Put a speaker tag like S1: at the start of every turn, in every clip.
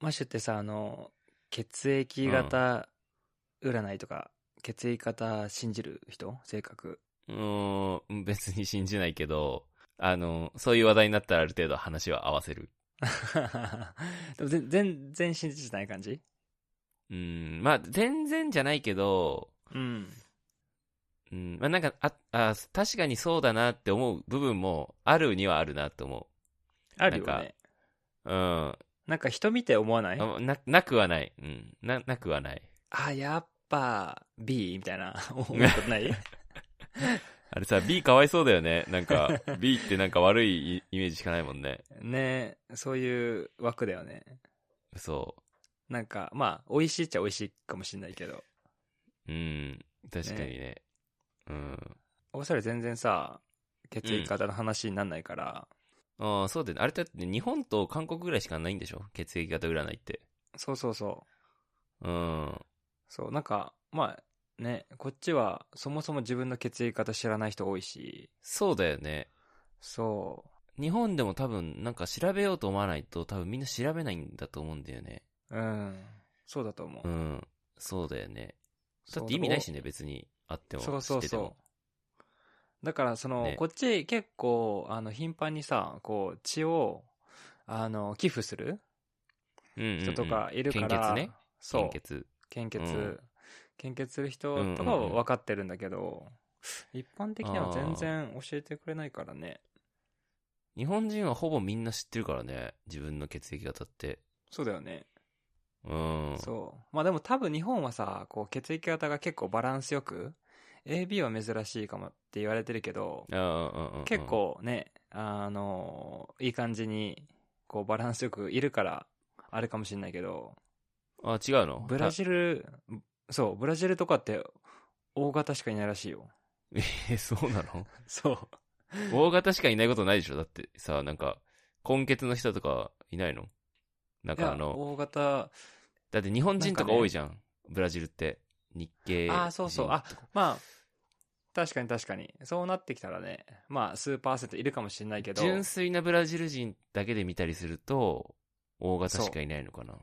S1: マッシュってさ、あの、血液型占いとか、血液型信じる人性格。
S2: うーん、別に信じないけど、あの、そういう話題になったらある程度話は合わせる。
S1: でも全全然信じてない感じ
S2: うーん、まあ、全然じゃないけど、
S1: うん。
S2: うん、まあなんか、あ、あ、確かにそうだなって思う部分もあるにはあるなと思
S1: あるよ
S2: なん
S1: ね。
S2: う。うん、
S1: なんか人見て思わない
S2: あな、なくはない。うん、な、なくはない。
S1: あ、やっぱ B みたいな 思うことない
S2: あれさ、B かわいそうだよね。なんか、B ってなんか悪いイイメージしかないもんね。
S1: ねそういう枠だよね。
S2: そ
S1: なんか、まあ、美味しいっちゃ美味しいかもしれないけど。
S2: う。うん、確かにね。うん。
S1: オーストラリア全然さ、血液型の話になんないから、
S2: ああ、そうだよね。あれだって日本と韓国ぐらいしかないんでしょ血液型占いって。
S1: そうそうそう。
S2: うん。
S1: そう、なんか、まあ、ね、こっちはそもそも自分の血液型知らない人多いし、
S2: そうだよね。
S1: そ
S2: 日本でも多分なんか調べようと思わないと多分みんな調べないんだと思うんだよね。
S1: う、うん、そうだと思う。
S2: うん。そうだよね。
S1: そ
S2: だ
S1: う
S2: って意味ないしね、別に。あっても。
S1: そうそう
S2: 知ってて
S1: そ
S2: も。
S1: う。だから、その、
S2: ね
S1: こっち結構、あの、頻繁にさ、こう、血を、あの、寄付する
S2: うんうんうん
S1: 人とかいるから、
S2: 献血ね。
S1: そう
S2: 献、血。
S1: 献血、
S2: うん
S1: 献血する人とかは分かってるんだけど、一般的には全然教えてくれないからね。
S2: 日本人はほぼみんな知ってるからね。自分の血液型って。
S1: そうだよね。
S2: うん。
S1: そう。まあでも多分日本はさ、こう血液型が結構バランスよく、AB は珍しいかもって言われてるけど、
S2: うんうんうんうん
S1: 結。構ね、あのいい感じに、こうバランスよくいるから、あれかもしれないけど、
S2: あ、違うの
S1: ブラジル、そう、ブラジルとかって、大型しかいないらしいよ。
S2: ル。え、そうなの
S1: そう。
S2: 大型しかいないことないでしょだってさ、なんか、根血の人とかいないのなん
S1: い
S2: か
S1: や
S2: あの、
S1: 大型、
S2: だって日本人とか多いじゃん。ブラジルって。日系人とか。
S1: あーそうそうあまあ、確かに確かに。そうなってきたらね、まあ、数パーセントいるかもしれないけど、
S2: 純粋なブラジル人だけで見たりすると、大型しかいないのかな。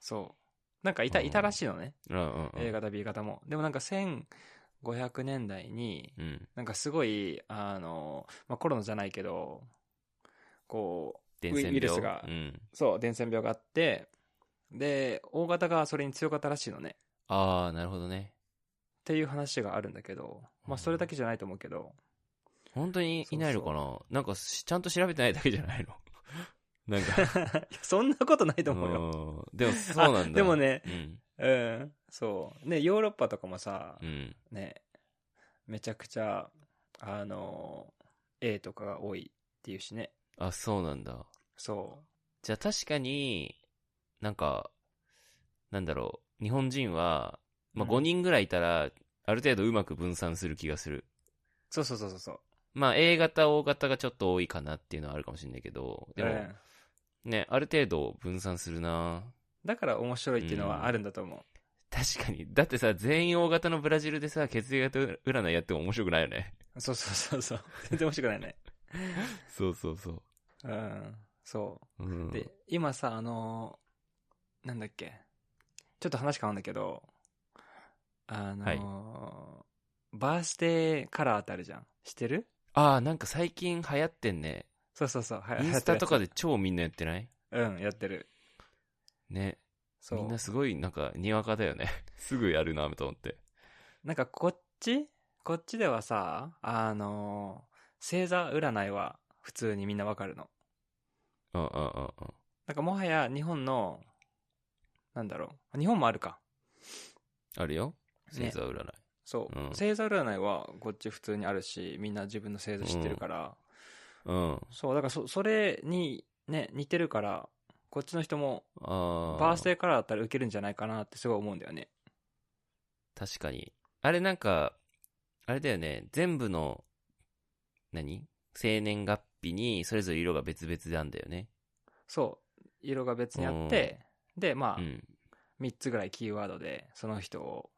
S1: そう。なんかいた、
S2: うん
S1: いたらしいのね。
S2: うんうんうん。
S1: A 型、B 型も。でもなんか1500年代に、
S2: うん。
S1: なんかすごい、あの、まあ、コロナじゃないけど、こ
S2: 伝染病。
S1: ウイルスが
S2: うん。
S1: う、そう、伝染病があって、で、大型がそれに強かったらしいのね。っ
S2: ああ、なるほどね。
S1: ていう話があるんだけど、まあ、それだけじゃないと思うけど、
S2: 本当にいないのかななんかし、ちゃんと調べてないだけじゃないの なんか。
S1: いやそんなことないと思うよ。
S2: うんでもそうなんだ。
S1: あでもね
S2: うん。
S1: うん、そう。ね、ヨーロッパとかもさ
S2: う、ん。
S1: ね、めちゃくちゃ、あの、A とかが多いっていうしね。
S2: あ、そうなんだ。
S1: そ
S2: じゃあ確かに、なんか、なんだろう。日本人は、まあ、
S1: うん
S2: 5人ぐらいいたら、ある程度うまく分散する気がする。
S1: う。そうそうそうそうそう。
S2: まあ、A 型、O 型がちょっと多いかなっていうのはあるかもしれないけど、で
S1: う
S2: も、
S1: ん
S2: ね、ある程度分散するな
S1: だから面白いっていうのはあるんだと思う。
S2: 確かに。だってさ、全員 O 型のブラジルでさ、血液型占いやっても面白くないよね。
S1: そうそうそうそう。 全然面白くないね。
S2: そうそうそう。
S1: うん。そ
S2: うん
S1: う。で、今さ、あのーなんだっけ。ちょっと話変わるんだけど、あのー
S2: はい
S1: バースデーカラーってあるじゃん。知ってる
S2: ああ、なんか最近流行ってんね。
S1: そうそうそう。は
S2: インスタとか
S1: で。
S2: で超みんなやってない
S1: うん、やってる。
S2: ね。
S1: そう。
S2: みんなすごい、なんか、にわかだよね。 すぐやるな、と思って。
S1: なんかこっちこっちではさ、あのー星座占いは普通にみんなわかるの。
S2: うんうんうんうん。
S1: なんかもはや日本の、なんだろう。日本もあるか。
S2: あるよ。
S1: ね
S2: 星座占い。
S1: そう。
S2: うん
S1: 星座占いはこっち普通にあるし、みんな自分の星座知ってるから。
S2: うん。
S1: そう、だからそ、それにね、似てるから、こっちの人も
S2: あー
S1: バースデーカラーだったら受けるんじゃないかなってすごい思うんだよね。
S2: 確かに。あれなんか、あれだよね。全部の、何生年月日に、それぞれ色が別々なんだよね。
S1: そう。色が別にあって、で、まあ、
S2: うん。
S1: 3つぐらいキーワードで、その人を、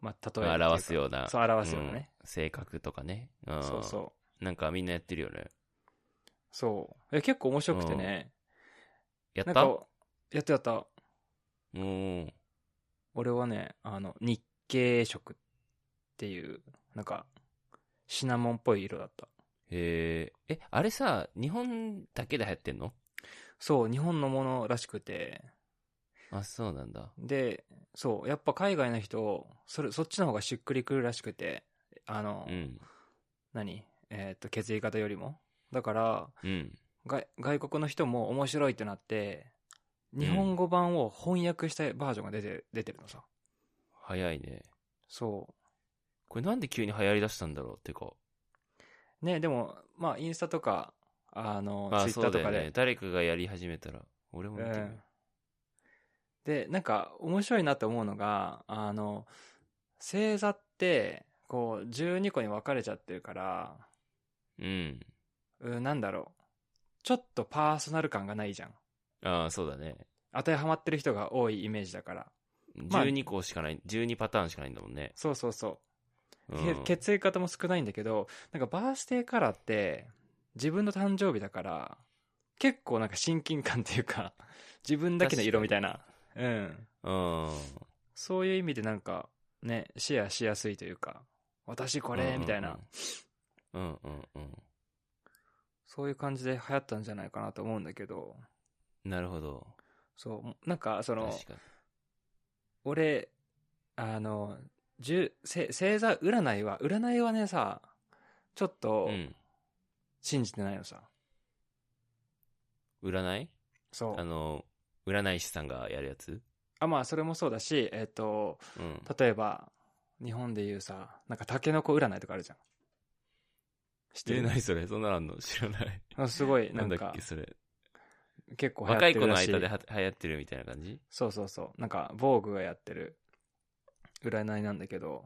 S1: まあ、例えるっていうか
S2: 表すような。
S1: そう、表すようなね。
S2: うん性格とかね。うん。
S1: そうそう。
S2: う。なんかみんなやってるよね。
S1: そう。え、結構面白くてね。
S2: やっ
S1: なん
S2: た
S1: か、やったやった。
S2: うん。
S1: 俺はね、あの、日系色っていう、なんか、シナモンっぽい色だった。
S2: へえ。え、あれさ、日本だけで流行ってんの
S1: そう、日本のものらしくて。
S2: あ、そうなんだ。
S1: で、そう、やっぱ海外の人、それ、そっちの方がしっくりくるらしくて、あの、
S2: うん。
S1: 何えーっと、血液型よりも。だから、
S2: うん。
S1: 外外国の人も面白いってなって、日本語版を翻訳したバージョンが出て、出てるのさ。
S2: 早いね。
S1: そ
S2: これなんで急に流行り出したんだろうってか。
S1: う。ね、でも、まあ、インスタとか、あの、
S2: まあ
S1: ツイッタ
S2: そ
S1: ー
S2: う
S1: と
S2: だ
S1: か
S2: よ
S1: で、
S2: ね。誰かがやり始めたら、俺も見てみよう
S1: うんで、なんか、面白いなと思うのが、あの、星座って、こう、12個に分かれちゃってるから、
S2: うん。
S1: うん、なんだろう。ちょっとパーソナル感がないじゃん。
S2: ああ、そうだね。
S1: 当てはまってる人が多いイメージだから。まあ
S2: 12個しかない、12パターンしかないんだもんね。
S1: そうそうそう。
S2: うん
S1: け血液型も少ないんだけどなんかバースデーカラーって自分の誕生日だから結構なんか親近感っていうか自分だけの色みたいな、うん、
S2: うん。
S1: そういう意味でなんかねシェアしやすいというか私これみたいな、
S2: うんうんうん。うんうん
S1: そういう感じで流行ったんじゃないかなと思うんだけど
S2: うん。なるほど。
S1: そうなんかその
S2: 確かに。
S1: 俺あのじゅせ星座占いは占いはねさちょっと
S2: うん。
S1: 信じてないのさ、
S2: 占い
S1: そう
S2: あの、占い師さんがやるやつ
S1: あまあそれもそうだしえっ、と
S2: うん。
S1: 例えば日本でいうさなんかタケノコ占いとかあるじゃん知って
S2: え、
S1: る
S2: 何それそんなのあんの知らない。
S1: あすごい
S2: な
S1: なんん
S2: だっ
S1: か
S2: け、それ。
S1: 結構流行っ
S2: 若
S1: て
S2: い子
S1: る
S2: の
S1: らしい
S2: 間では流行ってるみたいな感じ
S1: そうそうそうなんか防具がやってる占いなんだけど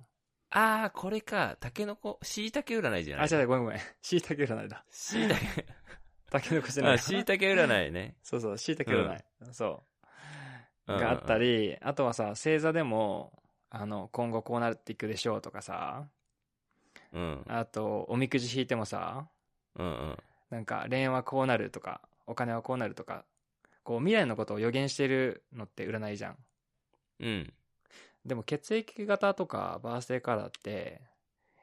S2: ああ、これか。タケノコ、椎茸占いじゃな
S1: あ
S2: い
S1: 違う違うごめんごめん しいたけ占いだ
S2: 椎茸。
S1: タケノコじゃな
S2: あ、
S1: い
S2: 椎茸占いね。
S1: そうそうしいたけ占い、そう
S2: うんうんうん
S1: があったりあとはさ星座でもあの今後こうなっていくでしょうとかさ
S2: うん。
S1: あとおみくじ引いてもさ
S2: うんうん。
S1: なんか恋愛はこうなるとかお金はこうなるとかこう未来のことを予言してるのって占いじゃん
S2: うん。
S1: でも血液型とかバースデーカラーって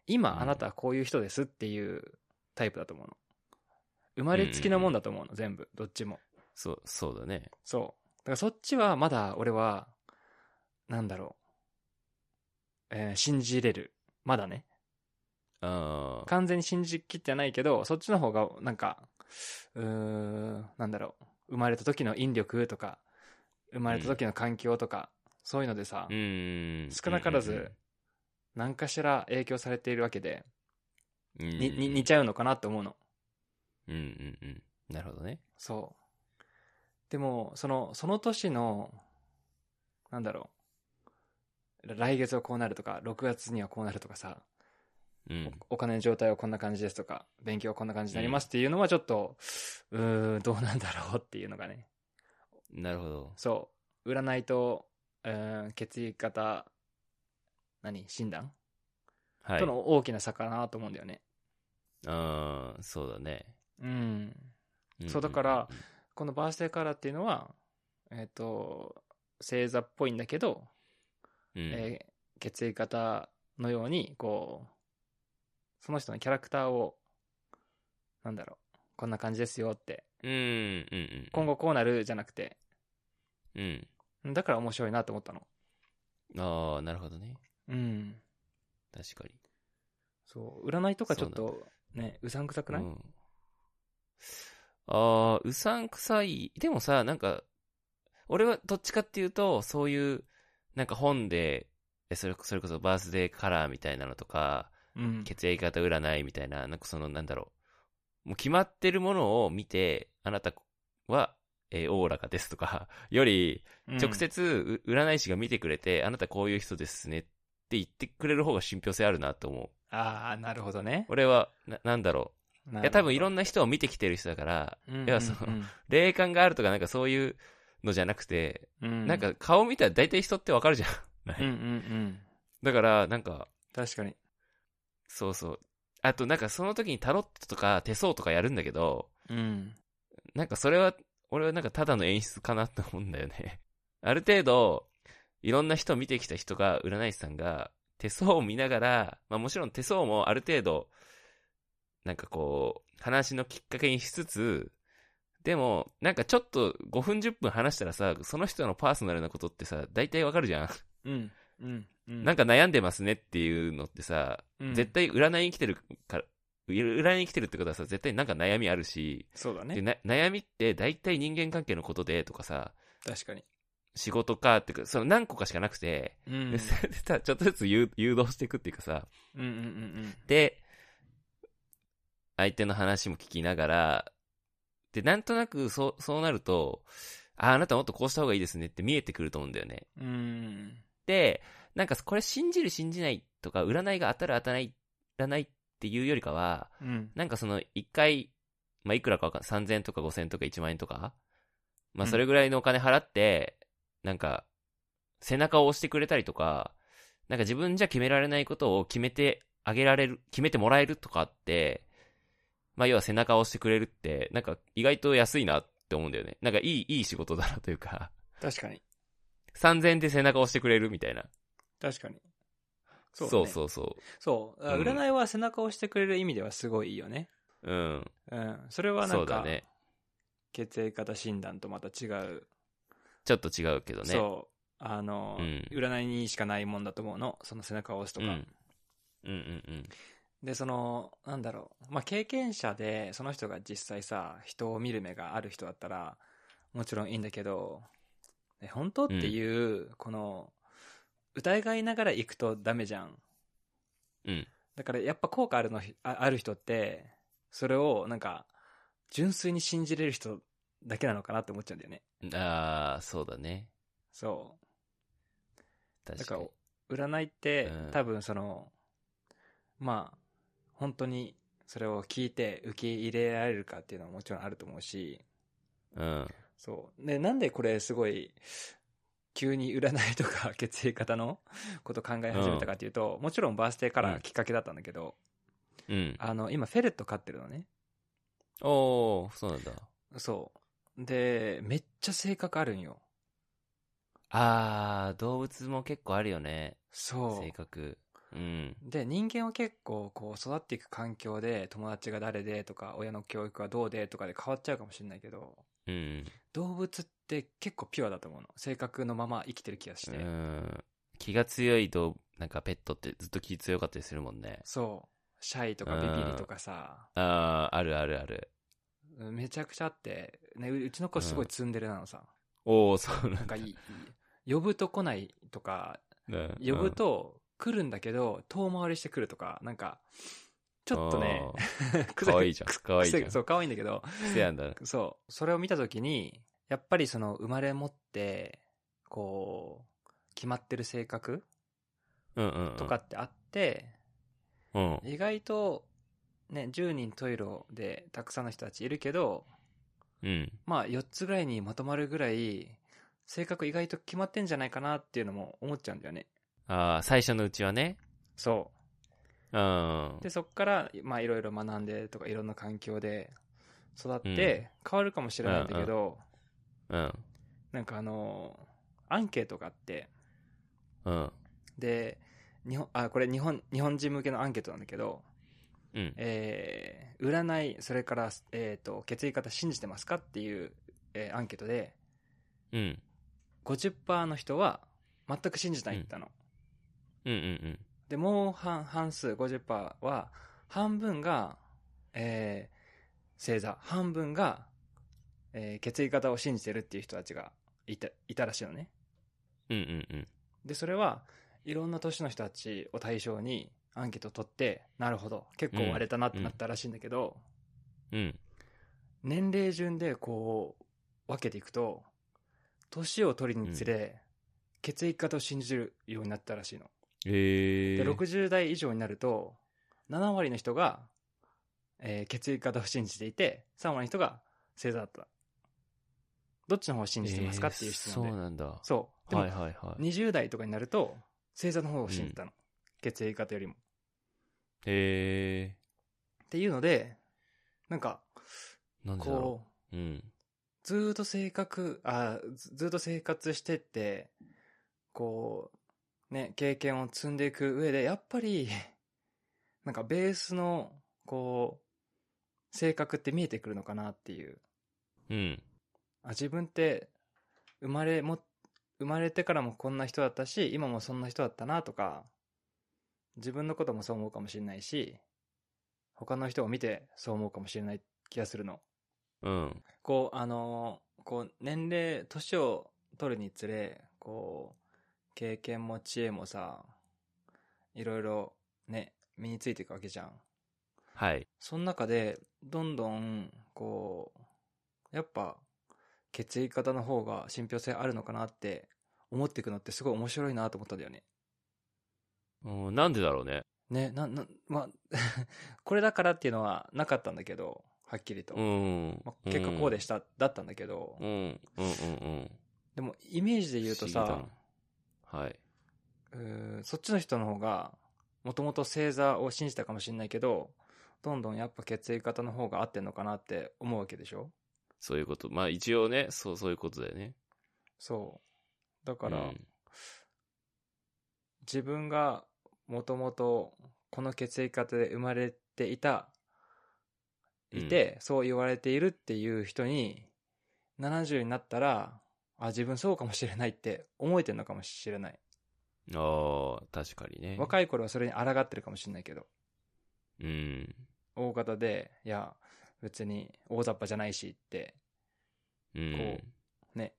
S1: 今
S2: うん
S1: あなたはこういう人ですっていうタイプだと思うの生まれつきのもんだと思うの全部どっちも
S2: そう、そうだね。
S1: そうだからそっちはまだ俺はなんだろう、えー信じれるまだね
S2: ああ。
S1: 完全に信じきってないけどそっちの方がなんかうーんなんだろう生まれた時の引力とか生まれた時の環境とか、そういうのでさ、
S2: うん。
S1: 少なからず
S2: うんうんうん
S1: 何かしら影響されているわけで、
S2: うんうんうん
S1: にに似ちゃうのかなって思うの
S2: うんうんうん。なるほどね。
S1: そうでもそのその年のなんだろう来月はこうなるとか6月にはこうなるとかさ
S2: うん。
S1: お金の状態はこんな感じですとか勉強はこんな感じになりますっていうのはちょっとうーんどうなんだろうっていうのがね
S2: なるほど。
S1: そう占いとうーん血液型何診断、
S2: はい。
S1: との大きな差かなと思うんだよね
S2: ああ、そうだね。
S1: うん
S2: ん
S1: そうだから、このバースデーカラーっていうのはえっ、と星座っぽいんだけど、
S2: うんうんうん
S1: えー血液型のようにこうその人のキャラクターをなんだろうこんな感じですよって
S2: うんうんうん。
S1: 今。後こうなるじゃなくて
S2: うん。
S1: だから面白いなと思ったの
S2: ああ、なるほどね。
S1: うん
S2: 確かに。
S1: そう占いとかちょっとねうさんくさくない、
S2: うん、ああ、うさんくさい。でもさ、なんか、俺はどっちかっていうと、そういう、なんか本で、えそれそれこそバースデーカラーみたいなのとか、
S1: うん
S2: 血液型占いみたいな、なんかその、なんだろう。もう決まってるものを見て、あなたは、えーおおらかですとか、 より、
S1: うん
S2: 直接、う占い師が見てくれて、あなたこういう人ですねって言ってくれる方が信憑性あるなと思う。
S1: ああなるほどね
S2: 俺は、な、なんだろう。いや、多分いろ
S1: ん
S2: んな人を見てきてる人だから、
S1: ない
S2: やその霊感があるとかなんかそういうのじゃなくて、なんか顔見たら大体人ってわかるじゃん。 な
S1: うんうん
S2: い
S1: うん
S2: だから、なんか、
S1: 確かに
S2: そうそう。あとなんかその時にタロットとか手相とかやるんだけど、
S1: うん
S2: なんかそれは俺はなんかただの演出かなと思うんだよね。 ある程度、いろんな人を見てきた人が、占い師さんが、手相を見ながら、まあもちろん手相もある程度、なんかこう、話のきっかけにしつつ、でも、なんかちょっと5分10分話したらさ、その人のパーソナルなことってさ、大体わかるじゃん。
S1: うん。うん。うん
S2: なんか悩んでますねっていうのってさ、
S1: うん
S2: 絶対占いに来てるから、占いに来てるってことはさ、絶対なんか悩みあるし、
S1: そうだ
S2: で
S1: ね。
S2: な悩みって大体人間関係のことでとかさ、
S1: 確かに。
S2: 仕事かってか、その何個かしかなくて、
S1: うん。うん
S2: でそれで さちょっとずつ誘誘導していくっていうかさ、
S1: うんうん
S2: で、相手の話も聞きながら、で、なんとなくそう、そうなると、あ、あなたもっとこうした方がいいですねって見えてくると思うんだよね。
S1: うん。うん。
S2: で、なんかこれ信じる信じないとか、占いが当たる当たらない、らないっていうよりかは、
S1: うん。
S2: なんかその一回、まあいくらかわかん3000とか5000とか1万円とか、まあ
S1: うん
S2: それぐらいのお金払って、なんか、背中を押してくれたりとか、なんか自分じゃ決められないことを決めてあげられる、決めてもらえるとかって、まあ要は背中を押してくれるって、なんか意外と安いなって思うんだよね。なんかいい、いい仕事だなというか、
S1: 確かに。
S2: 3000円で背中を押してくれるみたいな。
S1: 確かに。
S2: そう,、
S1: だね
S2: そうそ
S1: そう。
S2: うん
S1: 占いは背中を押してくれる意味ではすごいいいよね。
S2: う。うん。
S1: うん。それはな
S2: そ
S1: ん
S2: うだ
S1: か、
S2: ね。
S1: 血液型診断とまた違う。
S2: ちょっと違うけどね。
S1: そう。あの、
S2: うん
S1: 占いにしかないもんだと思うの。その背中を押すと
S2: う
S1: か。
S2: ん。うんうんうん。
S1: で、その、なんだろう。まあ、経験者で、その人が実際さ、人を見る目がある人だったら、もちろんいいんだけど、え本当っていう、この、疑いながら行くとダメじゃん。
S2: うん。
S1: だからやっぱ効果あるのひ、あある人って、それをなんか、純粋に信じれる人だけなのかなって思っちゃうんだよね。
S2: ああ、そうだね。
S1: そ
S2: 確
S1: う。
S2: か
S1: だ
S2: に。
S1: から、占いって、
S2: うん
S1: 多分その、まあ、本当にそれを聞いて受け入れられるかっていうのはもちろんあると思うし、
S2: うん。
S1: そう。で、なんでこれすごい、急に占いとか血液型のこと考え始めたかっていうと、もちろんバースデーからきっかけだったんだけど、
S2: うん。
S1: あの、今フェレット飼ってるのね。
S2: おー、そうなんだ。
S1: そう。で、めっちゃ性格あるんよ。
S2: ああ、動物も結構あるよね。
S1: そ
S2: 性
S1: う。
S2: 格。うん。
S1: で、人間は結構こう育っていく環境で友達が誰でとか親の教育はどうでとかで変わっちゃうかもしれないけど、
S2: うん。
S1: 動物って結構ピュアだと思うの。性格のまま生きてる気がし
S2: う
S1: て。
S2: ん。気が強いと、なんかペットってずっと気強かったりするもんね。
S1: そう。シャイとかビビリとかさ、
S2: ああ、あるあるある。
S1: めちゃくちゃあって、ね、ううちの子すごいツンデレなのさ。
S2: おー、そうな
S1: なん
S2: んだ
S1: かいい。いい呼ぶと来ないとか、
S2: うん。
S1: 呼ぶと来るんだけど、遠回りして来るとか、なんか、ちょっとね、
S2: うん、かわいいじゃん。かわいいじゃ
S1: 癖
S2: ん。
S1: がそう、可愛いんだけど、
S2: 癖やんだな。
S1: そう、それを見たときに、やっぱりその生まれ持って、こう、決まってる性格
S2: うんうんうん。
S1: とかってあって、
S2: うん。
S1: 意外と、ね、10人トイレでたくさんの人たちいるけど、
S2: うん。
S1: まあ4つぐらいにまとまるぐらい、性格意外と決まってんじゃないかなっていうのも思っちゃうんだよね。
S2: ああ、最初のうちはね。
S1: そ
S2: うん
S1: う。。で、そっから、まあいろいろ学んでとかいろんな環境で育って変わるかもしれないんだけど、
S2: うん。
S1: なんかあのーアンケートがあって、
S2: うん。
S1: で、日本、あ、これ日本、日本人向けのアンケートなんだけど、
S2: うん。
S1: えー占い、それから、えっ、と、血液型信じてますかっていう、えーアンケートで、
S2: うん。
S1: 50%の人は全く信じないって言ったの。
S2: うんうん
S1: で、もう半、半数、50%は、半分が、えー星座、半分が、えー血液型を信じてるっていう人たちがいた、いたらしいのね。
S2: うん。うんうんうん。
S1: でそれはいろんな年の人たちを対象にアンケートを取ってなるほど結構割れたなってなったらしいんだけど、
S2: うん。
S1: 年齢順でこう分けていくと年を取りにつれ、血液型を信じるようになったらしいの、
S2: え
S1: で60代以上になると7割の人が、えー血液型を信じていて3割の人が星座だったどっちの方を信じてますかっていう質問で、
S2: そうなんだ。
S1: そうでも
S2: はいはいはい。
S1: 20代とかになると星座の方を信じたの、血液型よりも
S2: へ
S1: っていうのでなんか
S2: え。なんでだろ
S1: こ
S2: う。うん。
S1: うずーっと性格、あーずずーっと生活してって、こう、ね、経験を積んでいく上で、やっぱり、なんかベースの、こう、性格って見えてくるのかなっていう。
S2: うん。
S1: あ自分って生まれも生まれてからもこんな人だったし今もそんな人だったなとか自分のこともそう思うかもしれないし他の人を見てそう思うかもしれない気がするの
S2: うん。
S1: こうあのーこう年齢年を取るにつれこう経験も知恵もさいろいろね身についていくわけじゃん
S2: はい。
S1: その中で、どんどん、こう、やっぱ、血液型の方が信憑性あるのかなって思っていくのってすごい面白いなと思ったんだよね。
S2: うん、なんでだろうね。
S1: ね、な、な、ま あ、これだからっていうのはなかったんだけど、はっきりと。
S2: うん。
S1: まあ、結果こうで
S2: し
S1: した、だったんだけど、
S2: うん。うんうんうん
S1: でもイメージで言うと
S2: 不思
S1: さ
S2: 議、うん。はい。
S1: うーそっちの人の方が、もともと星座を信じたかもしれないけど、どんどんやっぱ血液型の方が合ってんのかなって思うわけでしょ
S2: そういうこと。まあ一応ね、そう、そういうことだよね。
S1: そう。だから、
S2: うん
S1: 自分がもともとこの血液型で生まれていた、いて、そう言われているっていう人に、70になったら、あ、自分そうかもしれないって思えてるのかもしれない。
S2: ああ、確かにね。
S1: 若い頃はそれに抗ってるかもしれないけど、
S2: うん。
S1: 大型で、いや、別に大雑把じゃないしって、
S2: う
S1: こ
S2: ん。
S1: ね、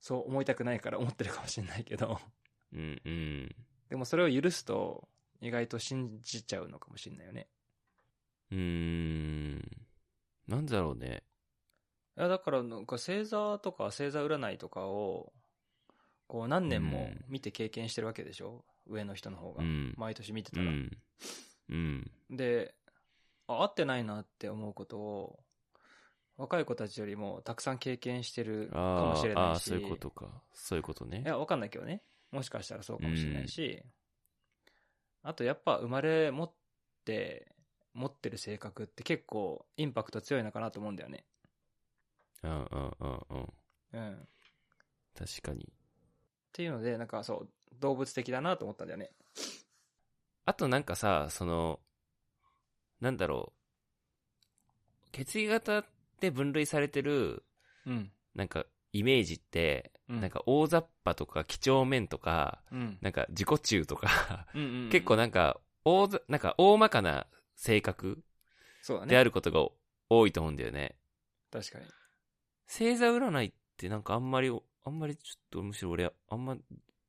S1: そう思いたくないから思ってるかもしれないけど、
S2: うんうん。
S1: でもそれを許すと、意外と信じちゃうのかもしれないよね。
S2: うーん。なんだろうね。
S1: いや、だから、なんか星座とか星座占いとかを、こう何年も見て経験してるわけでしょ、上の人の方が
S2: う。ん。
S1: 毎年見て
S2: う
S1: たら。
S2: ん。うん。
S1: で、あ、合ってないなって思うことを、若い子たちよりもたくさん経験してるか
S2: あ
S1: もしれ
S2: ー
S1: な
S2: あ
S1: い
S2: ー、
S1: し。
S2: そういうことか。そういうことね
S1: い。や、わかんないけどね。もしかしたらそうかもしれないし。あと、やっぱ生まれ持って、持ってる性格って結構インパクト強いのかなと思うんだよね。
S2: うんうんうんうん。
S1: うん。
S2: 確か
S1: っ
S2: に。
S1: ていうので、なんかそう、動物的だなと思ったんだよね。
S2: あとなんかさ、その、なんだろう。血液型で分類されてる、
S1: うん。
S2: なんか、イメージって、
S1: うん
S2: なんか大雑把とか、几帳面とか、
S1: うん。
S2: なんか自己中とか、
S1: うんうんうん
S2: 結構、なんか、大ざ、なんか大まかな性格
S1: そうだ
S2: であ
S1: ね。
S2: ることが多いと思うんだよね。
S1: 確かに。
S2: 星座占いってなんかあんまり、あんまりちょっとむしろ俺、あんま、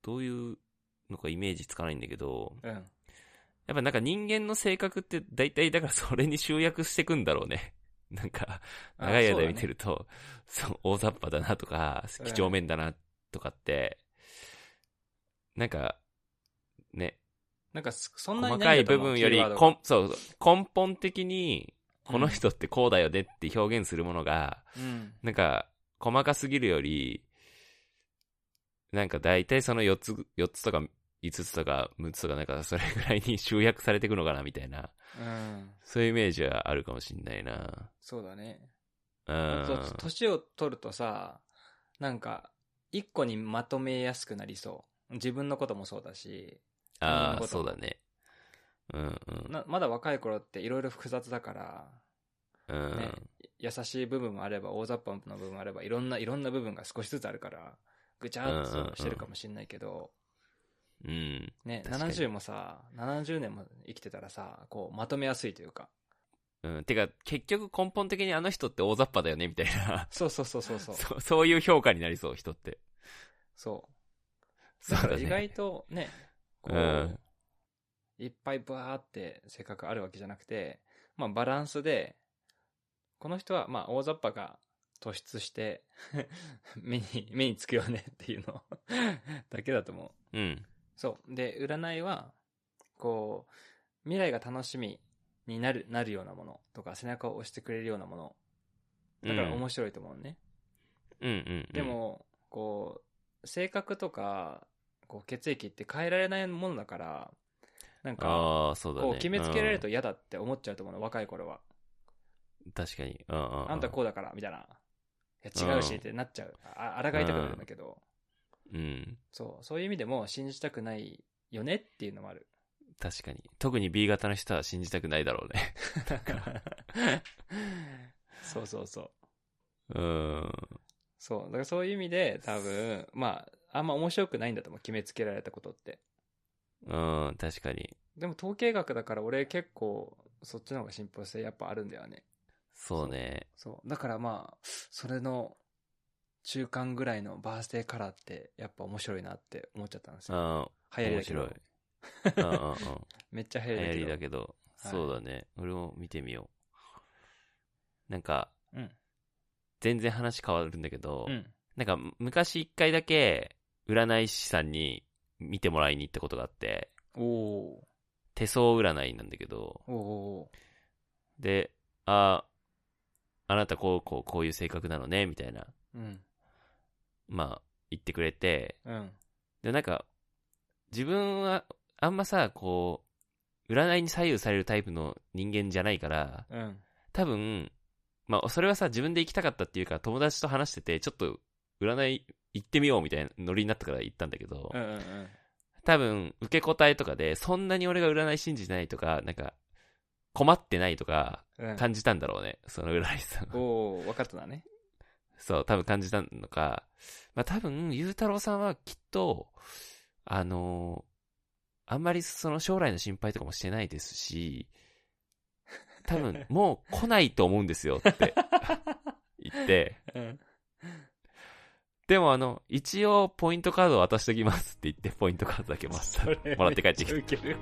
S2: どういうのかイメージつかないんだけど、
S1: うん。
S2: やっぱなんか人間の性格って大体だからそれに集約してくんだろうね。 なんか、
S1: あ
S2: 長い間見
S1: そうだ
S2: て
S1: ね
S2: ると、そう、大雑把だなとか、
S1: うん
S2: 几帳面だなとかって、なんか、ね、
S1: なんかす、そんなに
S2: 細
S1: な
S2: かい
S1: んだと
S2: 部
S1: 思う
S2: 分より、
S1: キーワード
S2: こんそうそう、根本的に、この
S1: うん
S2: 人ってこうだよねって表現するものが、
S1: うん。
S2: なんか、細かすぎるより、なんか大体その4つ、四つとか5つとか6つとかなんかそれぐらいに集約されていくのかなみたいな、
S1: うん。
S2: そういうイメージはあるかもしんないな。
S1: そうだね。
S2: う
S1: あ
S2: ん。
S1: と、年を取るとさ、なんか、一個にまとめやすくなりそう。自分のこともそうだし、
S2: あ
S1: なる
S2: あ、
S1: ほど
S2: そうだね。うんうん。
S1: なまだ若い頃っていろいろ複雑だから、
S2: うん、
S1: ね優しい部分もあれば、大雑把な部分もあれば、いろんな、いろんな部分が少しずつあるから、ぐちゃっとしてるかもしれないけど、
S2: うん。
S1: ね、
S2: 確かに
S1: 70もさ、70年も生きてたらさ、こう、まとめやすいというか。
S2: うん。てか、結局根本的にあの人って大雑把だよね、みたいな。
S1: そうそうそうそうそう。
S2: そう、そういう評価になりそう、人って。
S1: そ。
S2: そう
S1: だか
S2: うだ
S1: ら
S2: ね。
S1: 意外とね、こう、
S2: うん
S1: いっぱいバーって性格あるわけじゃなくて、まあバランスで、この人はまあ大雑把が突出して、 目に、目につくよね っていうのだけだと思う。
S2: うん。
S1: そう。で、占いは、こう、未来が楽しみになる、なるようなものとか、背中を押してくれるようなもの。だから面白いと思うね。
S2: うんうん。
S1: で、も、こう、性格とか、こう、血液って変えられないものだから、なんか、
S2: ああ、そうだね。
S1: こう、決めつけられる
S2: う
S1: と嫌だって思っちゃうと思うの、若い頃は。
S2: ん確かに。うんうんうん。
S1: あんたこうだから、みたいな。いや違うしってなっちゃう。あ、抗いたくなるんだけど。
S2: うん。
S1: そう、そういう意味でも信じたくないよねっていうのもある。
S2: 確かに。特に B 型の人は信じたくないだろうね。
S1: そうそうそう。
S2: うん。
S1: そう。だからそういう意味で多分、まあ、あんま面白くないんだと思う。決めつけられたことって。
S2: うん、確かに。
S1: でも統計学だから俺結構そっちの方が信憑性やっぱあるんだよね。
S2: そうね。
S1: そう。だからまあ、それの中間ぐらいのバースデーカラーってやっぱ面白いなって思っちゃったんです
S2: う
S1: よ。
S2: ん。
S1: 流行りだ
S2: 面
S1: け
S2: 白
S1: ど
S2: い。。うんうんうん。
S1: めっちゃ 流行
S2: 流行
S1: り
S2: り
S1: だ
S2: だ
S1: けど。
S2: けど、
S1: はい
S2: そうだね。俺も見てみよう。なんか、
S1: うん。
S2: 全然話変わるんだけど、
S1: うん。
S2: なんか昔一回だけ、占い師さんに見てもらいに行ったことがあって、
S1: おお
S2: 手相占いなんだけど、
S1: ーおーお
S2: で、あ、あなたこう、こう、こういう性格なのね、みたいな、
S1: ーうん。
S2: まあ、言ってくれて、
S1: うん。
S2: で、なんか、自分は、あんまさ、こう、占いに左右されるタイプの人間じゃないから、
S1: うん。
S2: 多分、まあ、それはさ、自分で行きたかったっていうか、友達と話してて、ちょっと、占い行ってみようみたいなノリになったから行ったんだけど、
S1: うんうんうん。
S2: 多分、受け答えとかで、そんなに俺が占い信じてないとか、なんか、困ってないとか、
S1: うん、
S2: 感じたんだろうね、その占い師さんは
S1: おお分かったなね。
S2: そう、多分感じたのか、まあ多分、ゆうたろうさんはきっと、あのーあんまりその将来の心配とかもしてないですし、多分、もう来ないと思うんですよって言って、
S1: うん。
S2: でもあの、一応ポイントカードを渡しときますって言って、ポイントカードだけまっさらもらって帰ってき
S1: て。
S2: て。うん